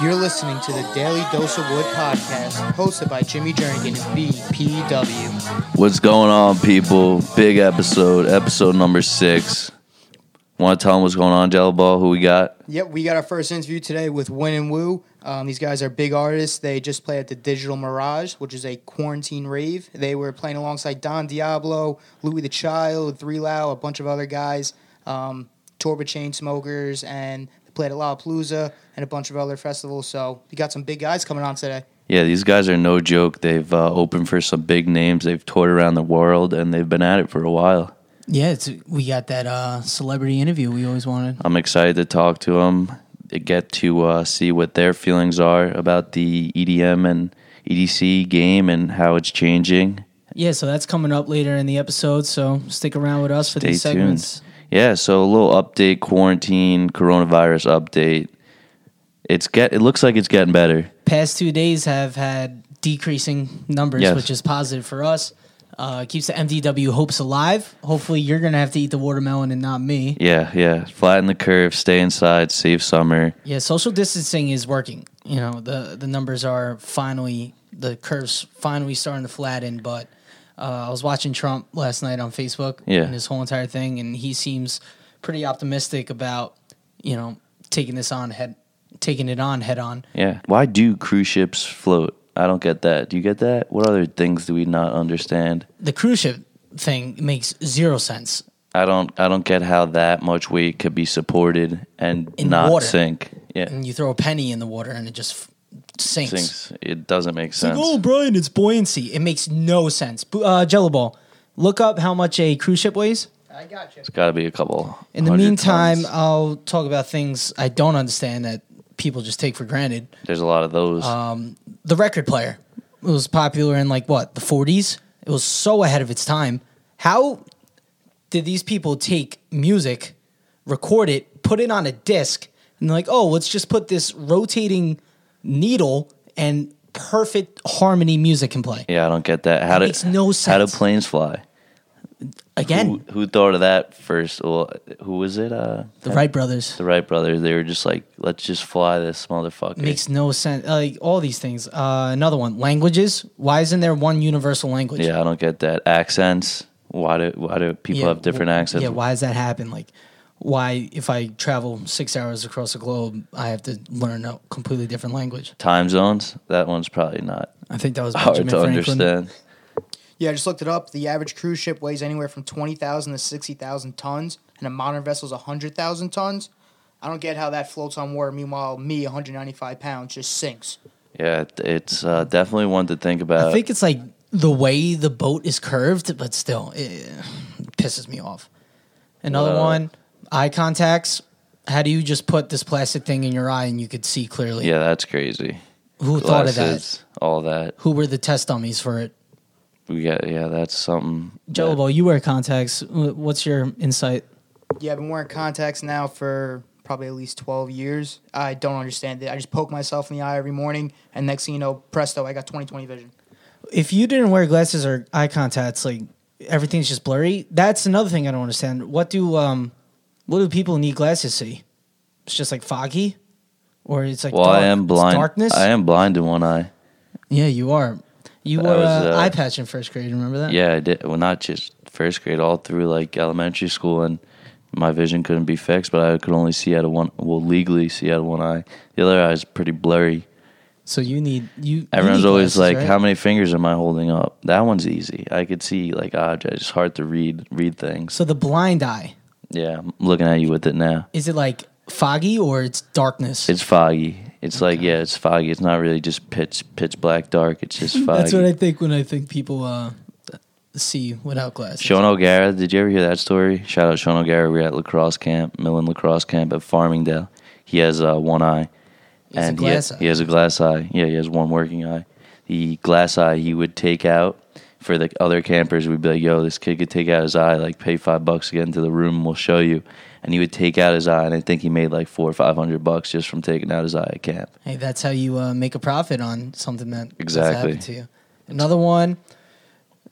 You're listening to the Daily Dose of Wood podcast, hosted by Jimmy Jernigan of BPW. What's going on, people? Big episode, episode number six. Want to tell them what's going on, Jello Ball? Who we got? Yep, we got our first interview today with Win and Woo. Um, these guys are big artists. They just played at the Digital Mirage, which is a quarantine rave. They were playing alongside Don Diablo, Louis the Child, Three Lau, a bunch of other guys, um, Torba Chain Smokers, and they played at Lollapalooza and a bunch of other festivals. So we got some big guys coming on today. Yeah, these guys are no joke. They've uh, opened for some big names. They've toured around the world, and they've been at it for a while. Yeah, it's, we got that uh, celebrity interview we always wanted. I'm excited to talk to them, get to uh, see what their feelings are about the EDM and EDC game and how it's changing. Yeah, so that's coming up later in the episode. So stick around with us for these Stay segments. tuned. Yeah, so a little update, quarantine, coronavirus update. It's get. It looks like it's getting better. Past two days have had decreasing numbers, Yes. which is positive for us. Uh, keeps the MDW hopes alive. Hopefully, you're gonna have to eat the watermelon and not me. Yeah, yeah. Flatten the curve, stay inside, save summer. Yeah, social distancing is working. You know, the the numbers are finally the curves finally starting to flatten. But uh, I was watching Trump last night on Facebook Yeah. and his whole entire thing, and he seems pretty optimistic about you know taking this on head, taking it on head on. Yeah. Why do cruise ships float? I don't get that. Do you get that? What other things do we not understand? The cruise ship thing makes zero sense. I don't I don't get how that much weight could be supported and In not water. sink. Yeah. And you throw a penny in the water, and it just f- sinks. sinks. It doesn't make Like, sense. oh, Brian, it's buoyancy. It makes no sense. Bu- Uh, Jello Ball, look up how much a cruise ship weighs. I got you. It's got to be a couple. In the hundred meantime, tons. I'll talk about things I don't understand that people just take for granted. there's a lot of those. uh, The record player it was popular in like what the 40s. It was so ahead of its time. How did these people take music, record it, put it on a disc, and they're like, oh, let's just put this rotating needle and perfect harmony music can play yeah, I don't get that. How do makes no How do sense. planes fly? again? Who, who thought of that first? Well, who was it? Uh, the Wright brothers. the Wright brothers. They were just like, let's just fly this motherfucker. makes no sense. Like all these things. Uh, another one, languages. Why isn't there one universal language? Yeah, I don't get that. Accents. Why do why do people Yeah, have different wh- accents? Yeah, why does that happen? Like, why if I travel six hours across the globe, I have to learn a completely different language? Time zones. That one's probably not I think that was hard Benjamin to Franklin. understand. Yeah, I just looked it up. The average cruise ship weighs anywhere from 20,000 to 60,000 tons, and a modern vessel's 100,000 tons. I don't get how that floats on water. Meanwhile, me, 195 pounds, just sinks. Yeah, it- it's uh, definitely one to think about. I think it's like the way the boat is curved, but still, it pisses me off. Another Wow. one, eye contacts. How do you just put this plastic thing in your eye and you could see clearly? yeah, that's crazy. Who thought of that? Glasses, All that. Who were the test dummies for it? We got. Yeah, that's something. Jello that- Ball, you wear contacts. Wh- What's your insight? Yeah, I've been wearing contacts now for probably at least 12 years. I don't understand it. I just poke myself in the eye every morning, and next thing you know, presto, I got 20/20 vision. if you didn't wear glasses or eye contacts, like everything's just blurry. That's another thing I don't understand. What do um, what do people need glasses to see? It's just like foggy, or it's like Well, dark. I am It's blind. darkness. I am blind in one eye. Yeah, you are. You I wore was, a uh, eye patch in first grade. Remember that? Yeah, I did. Well, not just first grade, all through like elementary school, and my vision couldn't be fixed, but I could only see out of one. Well, legally see out of one eye. The other eye is pretty blurry. So you need you. Everyone's you need always glasses, like, right? "How many fingers am I holding up?" That one's easy. I could see like objects. It's hard to read read things. So the blind eye Yeah, I'm looking at you with it now. is it like foggy or it's darkness? It's foggy. It's like yeah, it's foggy. It's not really just pitch pitch black dark. It's just foggy. That's what I think when I think people uh, see without glasses. Sean O'Gara, did you ever hear that story? Shout out Sean O'Gara. We're at lacrosse camp, Millen lacrosse camp at Farmingdale. He has uh, one eye. He has a he, ha- glass eye. he has a glass eye. Yeah, he has one working eye. The glass eye he would take out for the other campers. We'd be like, yo, this kid could take out his eye, like pay five bucks to get into the room and we'll show you. And he would take out his eye, and I think he made like four or five hundred bucks just from taking out his eye at camp. Hey, that's how you uh, make a profit on something that Exactly. that's happened to you. Another one,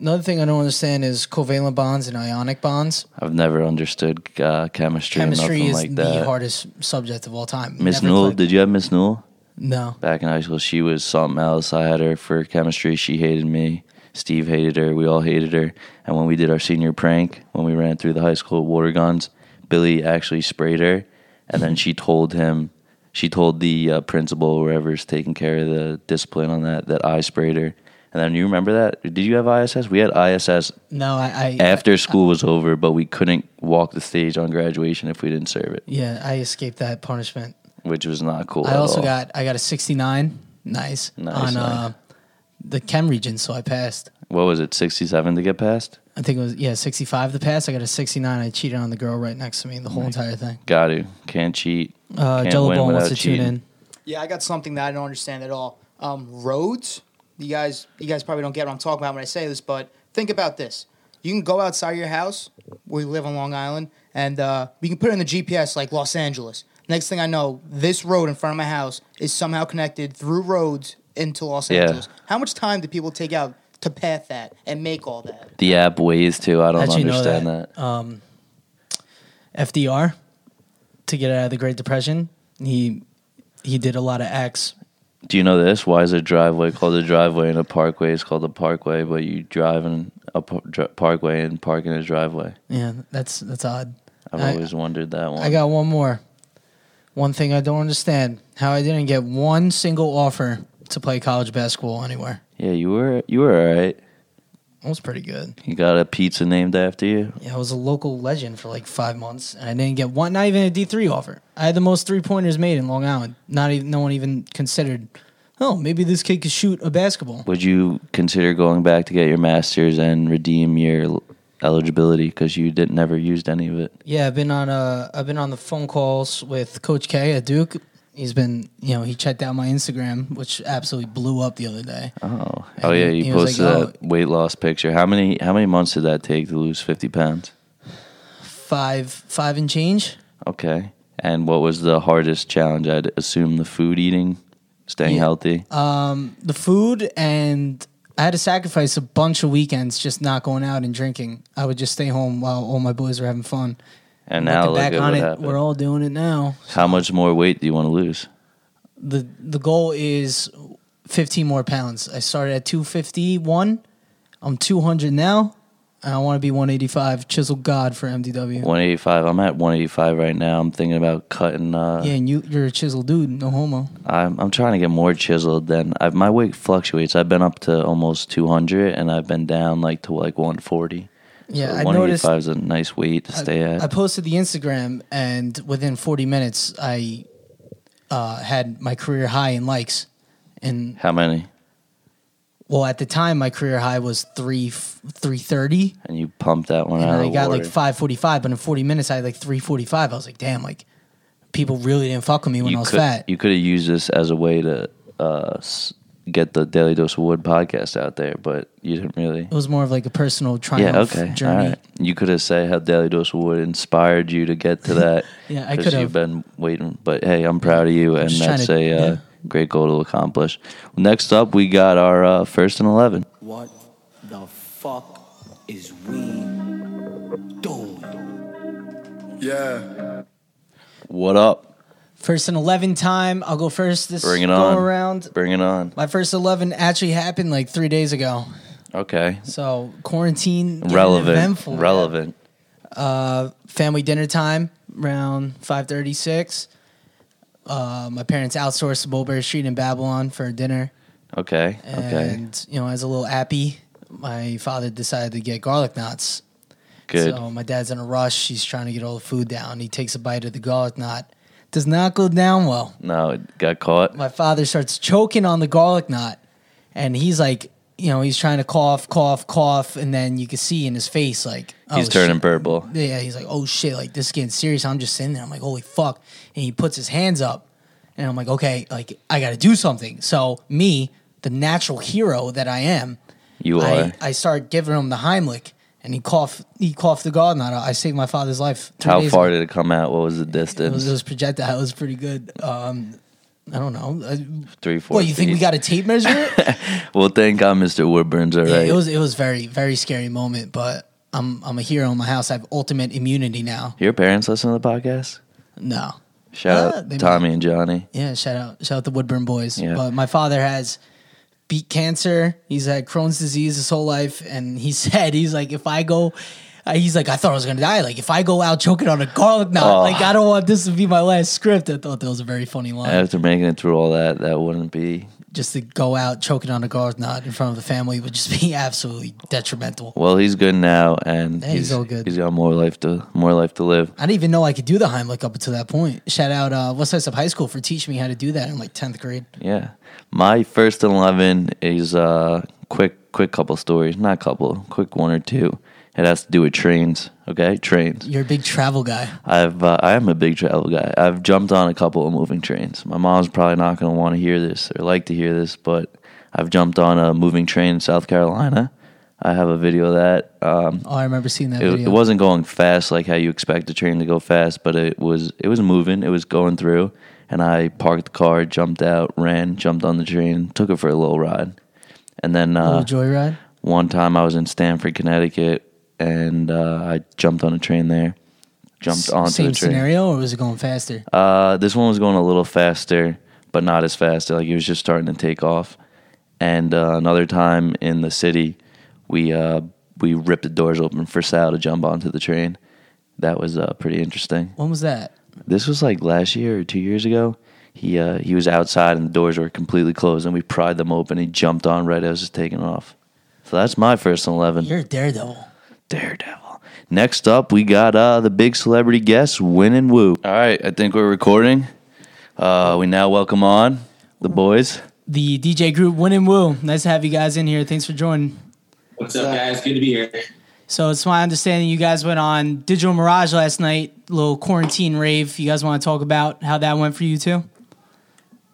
another thing I don't understand is covalent bonds and ionic bonds. I've never understood uh, chemistry, or Chemistry nothing is like the that. hardest subject of all time. Miss Never Newell, clicked. did you have Miss Newell? No. back in high school. She was something else. I had her for chemistry. She hated me. Steve hated her. We all hated her. And when we did our senior prank, when we ran through the high school with water guns, Billy actually sprayed her. And then she told him, she told the uh, principal, whoever's taking care of the discipline on that, that I sprayed her. And then you remember that? Did you have ISS? We had ISS No, I. I after school was over, but we couldn't walk the stage on graduation if we didn't serve it, yeah, I escaped that punishment. which was not cool. I at also all. got I got a 69. Nice. Nice, on nice. Uh, the chem region, so I passed. what was it, 67 to get past? I think it was yeah, 65 to pass. I got a 69. I cheated on the girl right next to me the whole entire thing. Got to. Can't cheat. Uh, Can't Jello win Bone wants to without tune cheating. in. Yeah, I got something that I don't understand at all. Um, roads. You guys, you guys probably don't get what I'm talking about when I say this, but think about this. You can go outside your house. We live on Long Island, and uh, you can put it in the GPS like Los Angeles. Next thing I know, this road in front of my house is somehow connected through roads into Los Yeah. Angeles. How much time do people take out to path that and make all that? The app weighs too. I don't How'd you know understand that? that. Um, FDR to get out of the Great Depression. He he did a lot of acts. Do you know this? Why is a driveway called a driveway and a parkway is called a parkway, but you drive in a par- dri- parkway and park in a driveway? Yeah, that's that's odd. I've I- always wondered that one. I got one more. One thing I don't understand how I didn't get one single offer to play college basketball anywhere. yeah, you were you were all right. I was pretty good. You got a pizza named after you. Yeah, I was a local legend for like five months, and I didn't get one, not even a D three offer. I had the most three pointers made in Long Island. Not even no one even considered. Oh, maybe this kid could shoot a basketball. Would you consider going back to get your master's and redeem your l- eligibility because you didn't never used any of it? Yeah, I've been on uh, I've been on the phone calls with Coach K at Duke. He's been, you know, he checked out my Instagram, which absolutely blew up the other day. Oh, And oh yeah, he- you he was posted like, that weight loss picture. How many how many months did that take to lose fifty pounds? Five, five and change. Okay. And what was the hardest challenge? I'd assume the food eating, staying Yeah. healthy. Um, the food and I had to sacrifice a bunch of weekends just not going out and drinking. I would just stay home while all my boys were having fun. And now Looking look back at on what it, happened. we're all doing it now. How much more weight do you want to lose? the The goal is 15 more pounds. I started at 251. I'm 200 now. And I want to be 185. Chisel God for MDW. One eighty five. I'm at one eighty five right now. I'm thinking about cutting. Uh, Yeah, and you you're a chisel dude. No homo. I'm I'm trying to get more chiseled. Then I've, my weight fluctuates. I've been up to almost two hundred, and I've been down like to like one forty. Yeah, I one eighty noticed. five is a nice weight to stay at. I posted the Instagram, and within 40 minutes, I uh, had my career high in likes. And How many? well, at the time, my career high was three 330, And you pumped that one and out. of I the got water. like 545. But in 40 minutes, I had like 345. I was like, damn, like people really didn't fuck with me when I was could, fat. You could have used this as a way to uh, s- get the Daily Dose of Wood podcast out there, but you didn't really. it was more of like a personal triumph Yeah, okay. journey. All right. You could have said how Daily Dose of Wood inspired you to get to that. Yeah, I 'cause could've. You've been waiting, but hey, I'm proud of you, and just trying that's to- a uh, yeah. great goal to accomplish. Next up, we got our uh, first and 11. What the fuck is we doing? Yeah. What up? First and 11 time. I'll go first this Bring it go on. around. Bring it on. My first 11 actually happened like three days ago. Okay. So quarantine getting Relevant. eventful. Relevant. Family dinner time around five thirty six. Uh, my parents outsourced to Mulberry Street in Babylon for dinner, Okay. Okay. and you know, as a little appy, my father decided to get garlic knots. Good. So Oh, my dad's in a rush. He's trying to get all the food down. He takes a bite of the garlic knot. Does not go down well. No, it got caught. my father starts choking on the garlic knot and he's like you know he's trying to cough cough cough and then you can see in his face like oh, He's turning shit. purple. yeah he's like oh shit like this is getting serious i'm just sitting there i'm like holy fuck and he puts his hands up and i'm like okay like i gotta do something so me the natural hero that i am You are. I, I start giving him the heimlich and he coughed he coughed the garlic knot out. i saved my father's life two How days far ago. did it come out? What was the it was, it distance? was projectile it was pretty good um i don't know I- Three, four. well, you think we feet. got a tape measure? it? Well, thank God, Mr. Woodburn's all Yeah, right. It was it was very very scary moment, but I'm I'm a hero in my house. I have ultimate immunity now. Your parents listen to the podcast? No, Shout Uh, out they- Tommy and Johnny. Yeah, shout out shout out the Woodburn boys. Yeah. But my father has beat cancer. He's had Crohn's disease his whole life, and he said he's like, if I go, uh, he's like, I thought I was gonna die. Like if I go out choking on a garlic knot, Oh. like I don't want this to be my last script. I thought that was a very funny line. After making it through all that, that wouldn't be. just to go out choking on a garlic knot in front of the family would just be absolutely detrimental. Well, he's good now, and Yeah, he's all good. He's got more life to more life to live. I didn't even know I could do the Heimlich up until that point. Shout out uh, West Side Sub High School for teaching me how to do that in like tenth grade. Yeah, my first eleven is uh, quick, quick couple stories, not couple, quick one or two. It has to do with trains. Okay, trains. You're a big travel guy. I've uh, I am a big travel guy. I've jumped on a couple of moving trains. My mom's probably not going to want to hear this or like to hear this, but I've jumped on a moving train in South Carolina. I have a video of that. Um, Oh, I remember seeing that it, video. it wasn't going fast like how you expect a train to go fast, but it was it was moving. It was going through, and I parked the car, jumped out, ran, jumped on the train, took it for a little ride, and then a little uh, joyride. one time I was in Stamford, Connecticut, and uh, I jumped on a train there. Jumped onto Same the train. scenario, or was it going faster? Uh, this one was going a little faster, but not as fast. Like it was just starting to take off. And uh, another time in the city, we uh, we ripped the doors open for Sal to jump onto the train. That was uh, pretty interesting. When was that? This was like last year or two years ago. He uh, he was outside and the doors were completely closed, and we pried them open. He jumped on right as it was taking off. So that's my first eleven. You're a daredevil. Daredevil. Next up, we got uh, the big celebrity guest, Win and Woo. All right, I think we're recording. Uh, we now welcome on the boys. The DJ group Win and Woo. Nice to have you guys in here. Thanks for joining. What's up, guys? Good to be here. So it's my understanding you guys went on Digital Mirage last night, little quarantine rave. You guys want to talk about how that went for you too?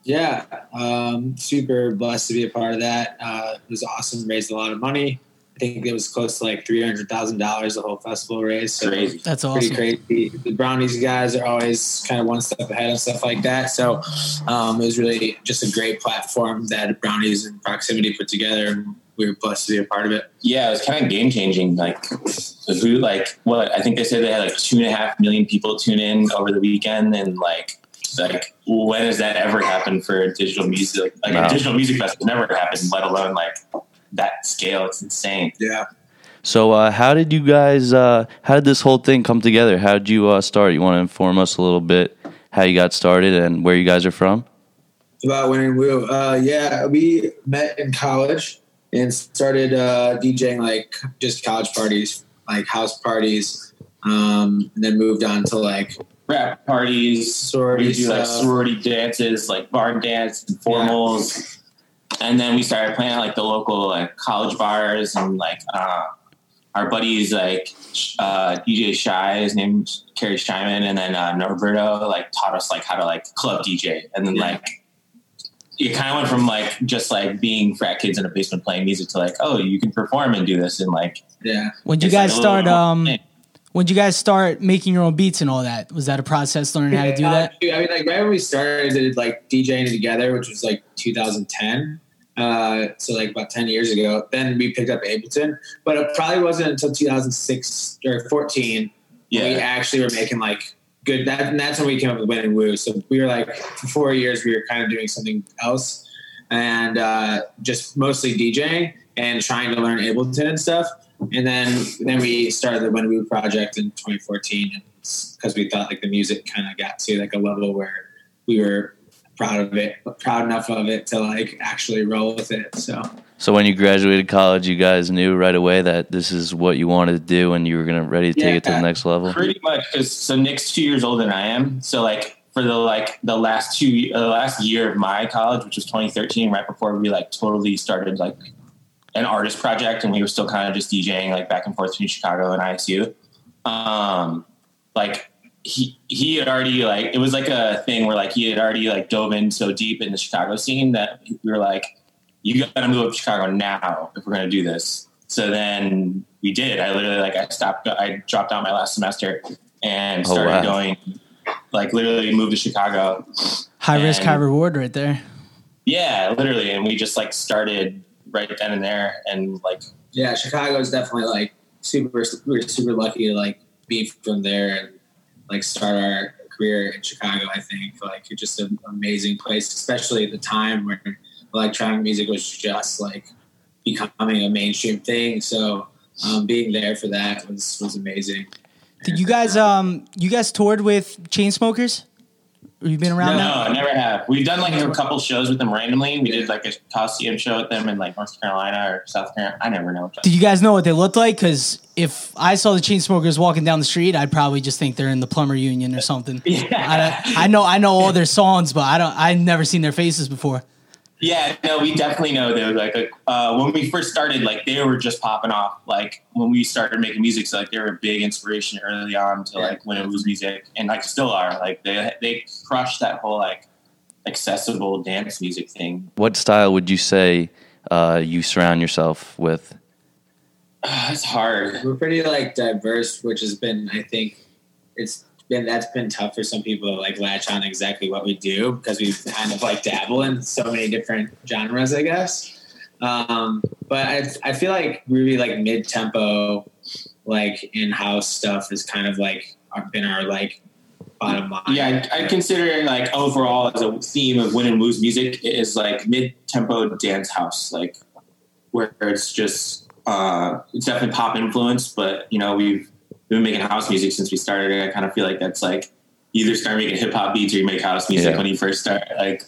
Yeah, um, super blessed to be a part of that. Uh, it was awesome. Raised a lot of money. I think it was close to like three hundred thousand dollars the whole festival raised. So crazy. That's Pretty awesome. crazy. The brownies guys are always kind of one step ahead on stuff like that. So um, it was really just a great platform that brownies and proximity put together. and We were blessed to be a part of it. Yeah, it was kind of game changing. Like, who, like, what? I think they said they had like two and a half million people tune in over the weekend, and like, like, when has that ever happened for digital music? Like, No. a digital music festival never happened, let alone like that scale. It's insane. Yeah. So, uh, how did you guys? Uh, how did this whole thing come together? How did you uh, start? You want to inform us a little bit how you got started and where you guys are from? about winning woo. Uh, yeah, we met in college and started uh, DJing like just college parties, like house parties, um, and then moved on to like Rap parties, sorority we do like stuff. sorority dances, like bar dance, and formals, and then we started playing at, like the local like college bars and like uh, our buddies like uh, DJ Shy, his name's Kerry Shyman, and then uh, Norberto like taught us like how to like club DJ, and then Yeah. like it kind of went from like just like being frat kids in a basement playing music to like oh you can perform and do this and like Yeah, When did you it's, like, guys a start? little- Um, when did you guys start making your own beats and all that? Was that a process learning how to do that? Uh, I mean, like right when we started, did like DJing together, which was like 2010. Uh, so like about 10 years ago, then we picked up Ableton, but it probably wasn't until 2006 or 14 yeah we actually were making like good that, and that's when we came up with win and woo so we were like for four years we were kind of doing something else and uh, just mostly djing and trying to learn ableton and stuff and then then we started the win and woo project in 2014 because we thought like the music kind of got to like a level where we were proud of it proud enough of it to like actually roll with it so So, when you graduated college, you guys knew right away that this is what you wanted to do, and you were gonna ready to take it to the Yeah. next level. Pretty much, because so Nick's two years older than I am. So like for the like the last two uh, the last year of my college, which was 2013, right before we like totally started like an artist project, and we were still kind of just DJing like back and forth between Chicago and ISU. Um, like he he had already like it was like a thing where like he had already like dove in so deep in the Chicago scene that we were like, you gotta move up to Chicago now if we're gonna do this. So then we did. I literally like I stopped. I dropped out my last semester and Oh, started wow. going. Like literally moved to Chicago. High risk, And- high reward, right there. Yeah, literally, and we just like started right then and there, and like yeah, Chicago is definitely like super. We're super lucky to like be from there and like start our career in Chicago. I think like it's just an amazing place, especially at the time when electronic music was just like becoming a mainstream thing. So um, being there for that was was amazing. uh, Did you guys um you guys toured with Chainsmokers? Or you been around No, now? I never have. We've done like a couple shows with them randomly. We did like a costume show with them in like North Carolina or South Carolina. I never know. Did you guys know what they looked like? Because if I saw the Chainsmokers walking down the street, I'd probably just think they're in the plumber union or something. I, don't- I know I know all their songs, but I don't. I've never seen their faces before. Yeah, no, we definitely know they were like a, uh, when we first started, like they were just popping off. Like when we started making music, so like they were a big inspiration early on to like when it was music, and like still are. Like they they crushed that whole like accessible dance music thing. What style would you say uh, you surround yourself with? It's hard. We're pretty like diverse, which has been I think it's been that's been tough for some people to like latch on exactly what we do because we kind of like dabble in so many different genres, I guess. Um, but I, I feel like really like mid tempo, like in house stuff is kind of like been our like bottom line. Yeah, I, I consider like overall as a theme of Win and Lose music it is like mid tempo dance house, like where it's just uh, it's definitely pop influence, but you know we've been making house music since we started. and I kind of feel like that's like you either start making hip hop beats or you make house music Yeah. when you first start. Like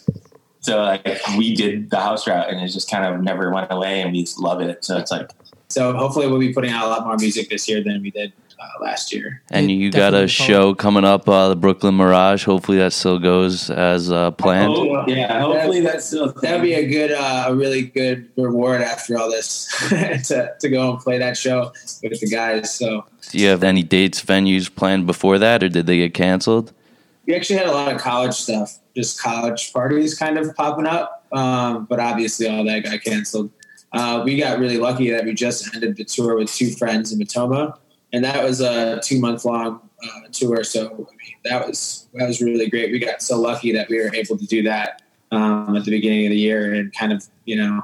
so, like we did the house route, and it just kind of never went away, and we just love it. So it's like So hopefully we'll be putting out a lot more music this year than we did uh, last year. And It you got a definitely show coming up, uh, the Brooklyn Mirage. Hopefully that still goes as uh, planned. oh, yeah, hopefully that's still that would be a good, uh, a really good reward after all this to, to go and play that show with the guys. So Do you have any dates, venues planned before that, or did they get canceled? we actually had a lot of college stuff, just college parties kind of popping up. Um, but obviously all that got canceled. Uh, we got really lucky that we just ended the tour with two friends in Matoma and that was a two month long uh, tour. So I mean, that was, that was really great. We got so lucky that we were able to do that um, at the beginning of the year and kind of, you know,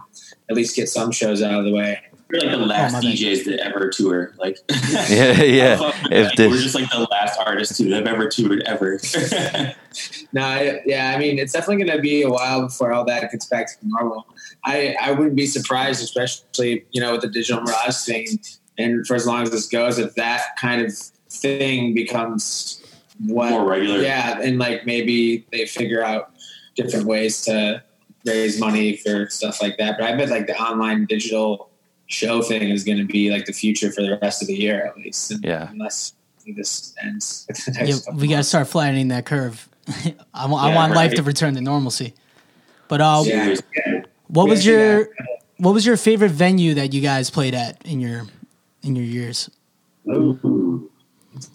at least get some shows out of the way. We're like the Oh last my bad. DJs to ever tour. Like, Yeah, yeah. Fuck, If like, this- we're just like the last artists to have ever toured ever. No, I, yeah, I mean, it's definitely going to be a while before all that gets back to normal. I, I wouldn't be surprised, especially you know with the digital mirage thing, and for as long as this goes, if that kind of thing becomes what More regular. yeah, and like maybe they figure out different ways to raise money for stuff like that. But I bet like the online digital show thing is going to be like the future for the rest of the year at least. And Yeah. unless this ends. with the Yeah, next couple we got to months. start flattening that curve. I want, I Yeah, want life right. to return to normalcy. But uh, Yeah. what we was actually your what was your favorite venue that you guys played at in your in your years? Ooh.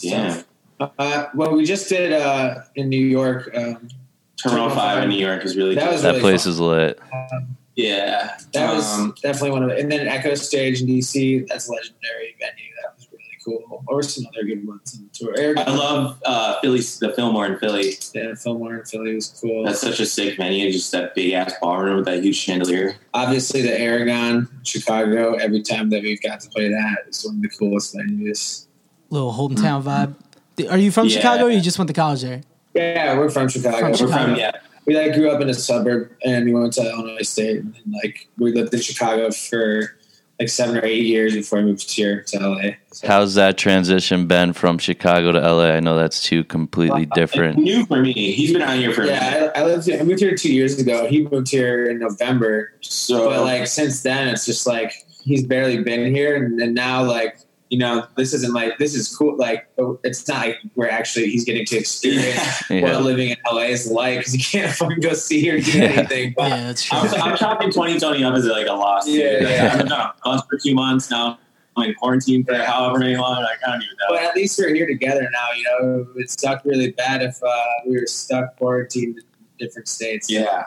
Yeah. Uh, well, we just did uh, in New York. Um, Terminal 5 in New York is really That good. was- That really place fun. is lit. yeah. that was Um, definitely one of, the, and then Echo Stage in DC. That's a legendary venue. That was really cool. Or some other good ones on the tour. Eric, I love uh, Philly, the Fillmore in Philly. yeah, Fillmore in Philly was cool. That's such a sick venue. Just that big ass ballroom with that huge chandelier. Obviously, the Aragon Chicago. Every time that we've got to play that, it's one of the coolest venues. Little hometown Mm-hmm. vibe. Are you from Yeah. Chicago? or You just went to college there. Yeah, we're from Chicago. From We're We're Chicago. from yeah, we like grew up in a suburb and we went to Illinois State and then, like we lived in Chicago for like seven or eight years before I moved here to LA. So, How's that transition been from Chicago to LA? I know that's two completely different. new for me. He's been out here for a minute. yeah, I, I lived here, I moved here two years ago. He moved here in November. so But like since then it's just like he's barely been here and, and now like you know, this isn't like this is cool. Like it's not like we're actually he's getting to experience Yeah. what Yeah. living in LA is like because you can't fucking go see or do Yeah. anything. But Yeah, that's true. I'm, I'm chopping 2020 up as like a loss. Yeah, Like, yeah. I've been on a bus for two months now. I'm in quarantine for however many long. Like, I don't even know. But at least we're here together now. You know, it would suck really bad if uh, we were stuck quarantined in different states. yeah.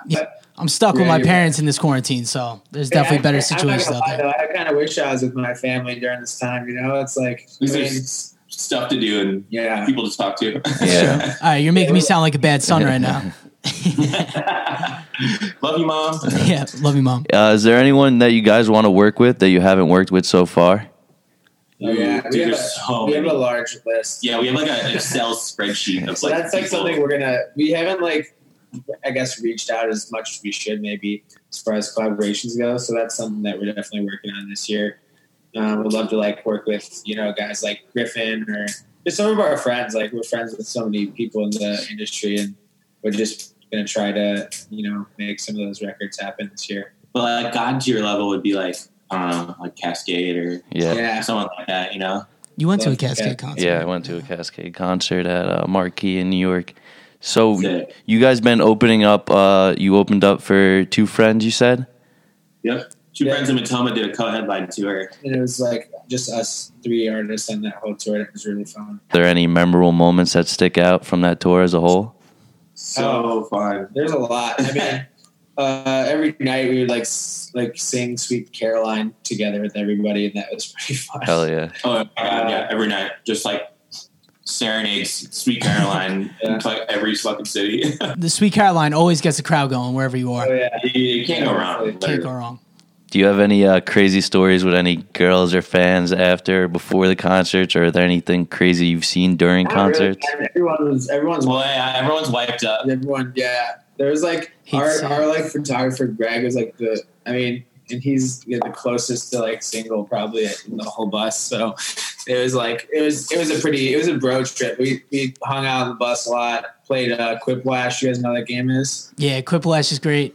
I'm stuck with Yeah, my you're parents in this quarantine, so there's definitely I- better I'm not gonna situations out there. lie, though, I kind of wish I was with my family during this time. You know, it's like, I Because mean, there's stuff to do and yeah, people to talk to. Yeah. All right, you're making me sound like a bad son right now. Love you, mom. yeah, love you, mom. Uh, is there anyone that you guys want to work with that you haven't worked with so far? Oh, yeah. Dude, We have, a, there's so we have many. a large list. Yeah, we have like an Excel spreadsheet of So like. that's like people. something we're gonna. We haven't like, I guess, reached out as much as we should maybe as far as collaborations go. So that's something that we're definitely working on this year. Um, we'd love to like work with you know guys like Griffin or just some of our friends. Like we're friends with so many people in the industry, and we're just gonna try to you know make some of those records happen this year. But like God tier level would be like I don't know, like Cascade or Yeah. yeah. Yeah. someone like that. You know, You went to a Yeah. Cascade concert. I went to a Cascade concert at uh, Marquee in New York. So Sick. you guys been opening up? Uh, you opened up for two friends. You said. Yep. Two Yeah. friends in Matoma did a co-headline tour. And it was like just us three artists on that whole tour. and It was really fun. Are there any memorable moments that stick out from that tour as a whole? So fun. Oh, There's a lot. I mean, uh, every night we would like s- like sing "Sweet Caroline" together with everybody, and that was pretty fun. Hell yeah! Oh my Uh, god, yeah, every night, just like serenades, Sweet Caroline, Yeah. into like every fucking city. The Sweet Caroline always gets the crowd going wherever you are. Oh yeah, you can't go wrong. Can't go wrong. Do you have any uh, crazy stories with any girls or fans after or before the concerts, or are there anything crazy you've seen during Not really, concerts? man. everyone was everyone's Well, yeah, everyone's wiped up. everyone. Yeah, there was like He'd our say- our like photographer Greg was like the. I mean, and he's yeah, the closest to like single probably in the whole bus. So it was like it was it was a pretty it was a bro trip. We we hung out on the bus a lot, played uh, Quiplash. You guys know what that game is. Yeah, Quiplash is great.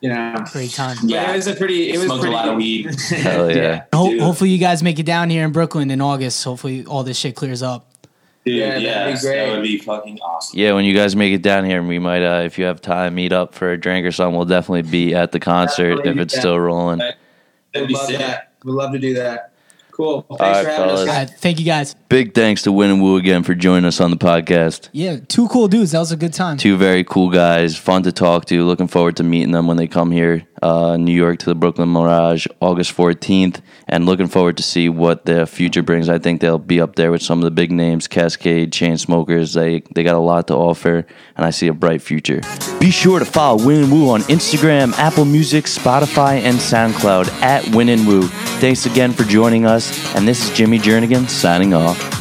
You know, Great time. Yeah, it was a pretty. It was Smoked a pretty, lot of weed. Hell yeah. Ho- dude. hopefully you guys make it down here in Brooklyn in August. Hopefully all this shit clears up. Dude, Yeah, yeah, that'd be that great. would be fucking awesome. Yeah, when you guys make it down here, and we might, uh, if you have time, meet up for a drink or something. We'll definitely be at the concert Definitely, if it's yeah. still rolling. That'd We'd be love sick. that. We'd love to do that. Cool. Thanks right, for having fellas. us. All guys. right, thank you guys. Big thanks to Win and Woo again for joining us on the podcast. Yeah, two cool dudes. That was a good time. Two very cool guys, fun to talk to. Looking forward to meeting them when they come here, uh, New York to the Brooklyn Mirage, August fourteenth, and looking forward to see what their future brings. I think they'll be up there with some of the big names, Cascade, Chain Smokers. They they got a lot to offer, and I see a bright future. Be sure to follow Win and Woo on Instagram, Apple Music, Spotify, and SoundCloud at Win and Woo. Thanks again for joining us, and this is Jimmy Jernigan signing off.